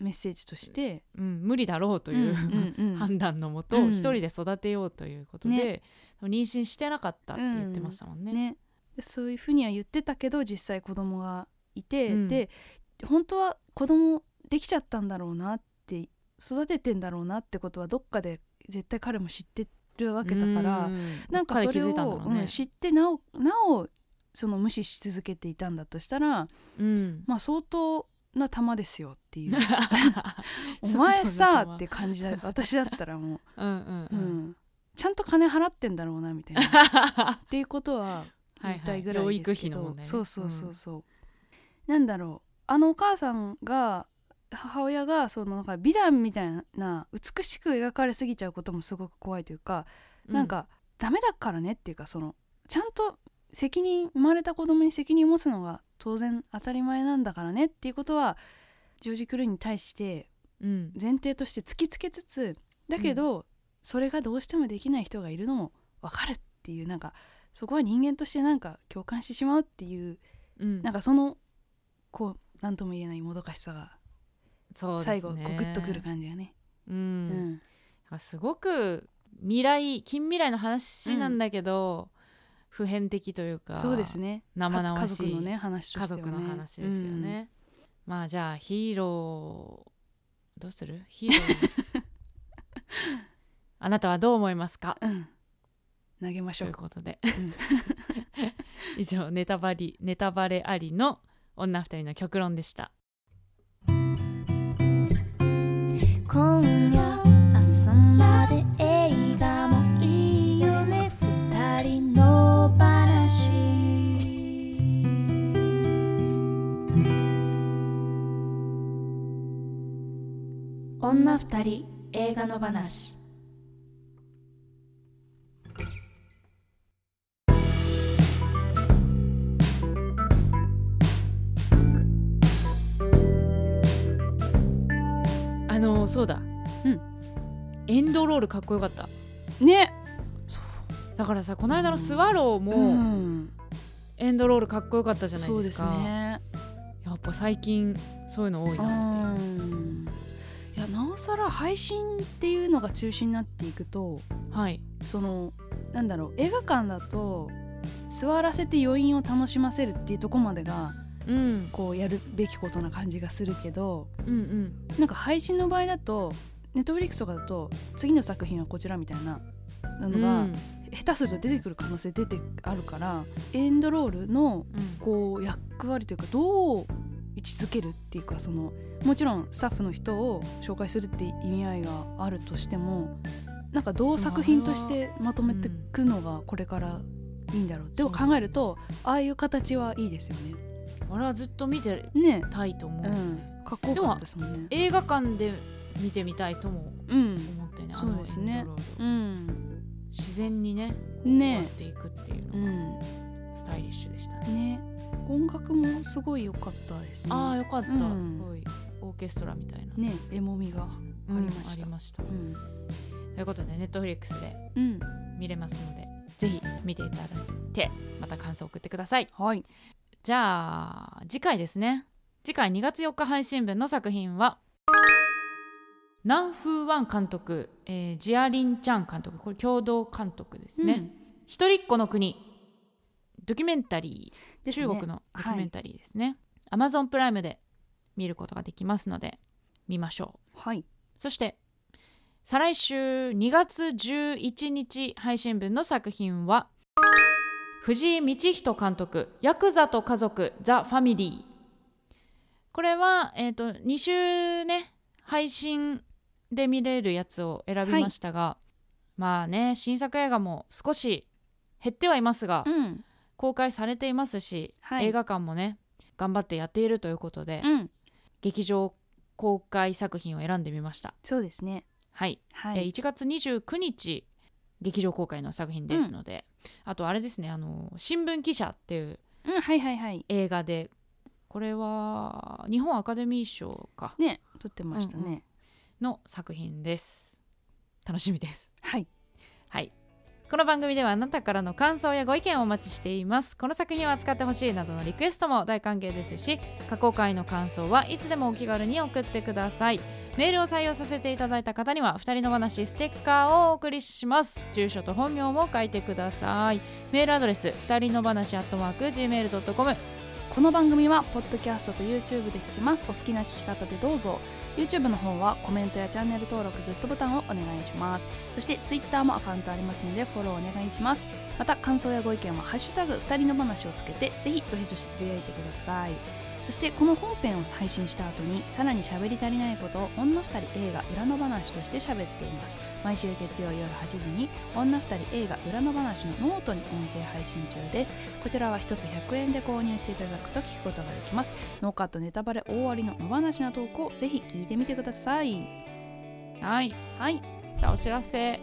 メッセージとして、うん、無理だろうという、んうんうん判断のもと、うん一人で育てようということで、ね妊娠してなかったって言ってましたもんね。ねでそういうふうには言ってたけど実際子供がいて、うんで本当は子供できちゃったんだろうなって育ててんだろうなってことはどっかで絶対彼も知ってるわけだから、うんなんかそれをどっかで気づいたんだろうねうん知ってなおなおその無視し続けていたんだとしたら うん、まあ相当な玉ですよって いうお相当な前さ玉って感じだ私だったらもうんうう、んう、うんん、ちゃんと金払ってんだろうなみ たいなっていうことは言いたいぐらいですけど、はいはい養育費の問題ねそうそうそうそう、なんだろうあのお母さんが母親がそのなんか美談みたいな美しく描かれすぎちゃうこともすごく怖いというか、なんかダメだからねっていうかそのちゃんと責任生まれた子供に責任を持つのが当然当たり前なんだからねっていうことはジョージ・クルーに対してうん、前提として突きつけつつだけど、それがどうしてもできない人がいるのも分かるっていうなんかそこは人間としてなんか共感してしまうっていううん、なんかそのこう何とも言えないもどかしさがそうですね最後こうグッとくる感じがね。うん、うんなんかすごく未来近未来の話なんだけど、普遍的というかそうですね生々しいか家族のね話と家してはね族の話ですよね、まあじゃあヒーローどう するヒーローあなたはどう思いますかうん、投げましとょいうう。ことで、うん 以上ネタバリネタバレありの女二人の極論でした今夜朝まで映画もいいよね二人の話女二人映画の話おそうだうんエンドロールかっこよかったねだからさこの間のスワローうもんエンドロールかっこよかったじゃなそいうでですすか、ねやっぱ最近そういうの多いなっていううんいやなおさら配信っていうのが中心になっていくとはいそのなんだろう映画館だと座らせて余韻を楽しませるっていうとこまでがうんこうやるべきことな感じがするけどうんうんなんか配信の場合だとネットフリックスとかだと次の作品はこちらみたいななのが、うん下手すると出てくる可能性出てあるからエンドロールのうんこう役割というかどう位置づけるっていうかそのもちろんスタッフの人を紹介するって意味合いがあるとしてもなんかどう作品としてまとめていくのがこれからいいんだろうって考えるとああいう形はいいですよね。あれはずっと見てねたいと思う、え、うん、かっこよかったですもんね。映画館で見てみたいともうん、思ってねそうですねあのエンドロールうん、自然にね終わっねていくっていうえ、うのがん、スタイリッシュでしたね、ね音楽もすごい良かったですね。ああよかった、うんすごいオーケストラみたいな、ねえ、えもみが。うんありましたありましたうん、ということでネットフリックスでうん、見れますのでぜひ見ていただいてまた感想を送ってくださいはい、じゃあ次回ですね次回2月4日配信分の作品はナンフーワン監督、えージアリン・チャン監督これ共同監督ですね、うん一人っ子の国ドキュメンタリー、ですね中国のドキュメンタリーですね、Amazon プライムで見ることができますので見ましょうはい、そして再来週2月11日配信分の作品は藤井道人監督「ヤクザと家族ザ・ファミリー」これは、えー、と2週ね配信で見れるやつを選びましたが、まあね新作映画も少し減ってはいますが、うん、公開されていますし、はい映画館もね頑張ってやっているということで、うん、劇場公開作品を選んでみました。そうですね。はいはえーい。 1月29日劇場公開の作品ですので、あとあれですね「あの新聞記者」っていううん、はいはいはい。映画でこれは日本アカデミー賞かね、撮ってましたね。うんうの作品です楽しみですはい。はいこの番組ではあなたからの感想やご意見をお待ちしていますこの作品を扱ってほしいなどのリクエストも大歓迎ですし過去回の感想はいつでもお気軽に送ってくださいメールを採用させていただいた方には2人の話ステッカーをお送りします住所と本名も書いてくださいメールアドレス2人の話アットマーク Gmail.com この番組はポッドキャストと YouTube で聞きます。お好きな聞き方でどうぞ。YouTube の方はコメントやチャンネル登録、グッドボタンをお願いします。そして Twitter もアカウントありますのでフォローお願いします。また感想やご意見はハッシュタグ二人の話をつけてぜひどひどしつぶやいてください。そしてこの本編を配信した後にさらに喋り足りないことを女二人映画裏の話として喋っています。毎週月曜夜8時に女二人映画裏の話のノートに音声配信中です。こちらは1つ100円で購入していただくと聞くことができます。ノーカットネタバレ大ありのお話な投稿、ぜひ聞いてみてください。はいはい。じゃあお知らせ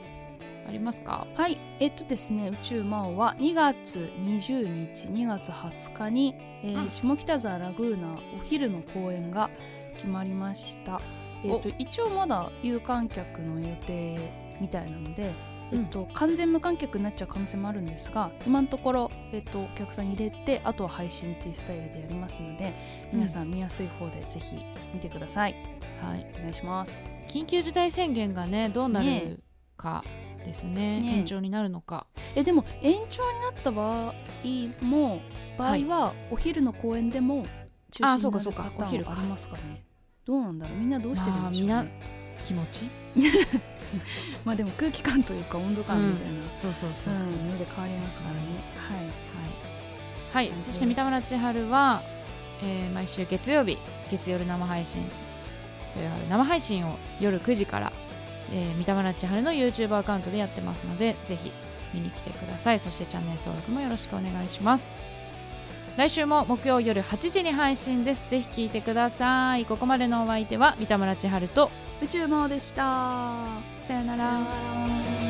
ありますかはい。えっとですね、宇宙魔王は2月20日、2月20日に、えーうん下北沢ラグーナお昼の公演が決まりました。えっと、一応まだ有観客の予定みたいなので、えっと、完全無観客になっちゃう可能性もあるんですが今のところ、えっと、お客さん入れてあとは配信っていうスタイルでやりますので皆さん見やすい方でぜひ見てください、はい、お願いします緊急事態宣言がねどうなねるかですねね延長になるのかえでも延長になった場合も場合はいはお昼の公演でも中止あそうにかなそうるかパおタ昼ーンかはありますかねどうなんだろうみんなどうしてるんでしょうね、ままああみ、気持ちでも空気感というか温度感みたいな、そうそうそうそう、うんはいので変わりますからねはいはい、そして三田村千春は、えー毎週月曜日月曜日生配信という生配信を夜9時から、えー三田村千春の YouTube アカウントでやってますのでぜひ見に来てくださいそしてチャンネル登録もよろしくお願いします来週も木曜夜8時に配信ですぜひ聞いてくださいここまでのお相手は三田村千春と宇宙魔王でしたさよさよならなら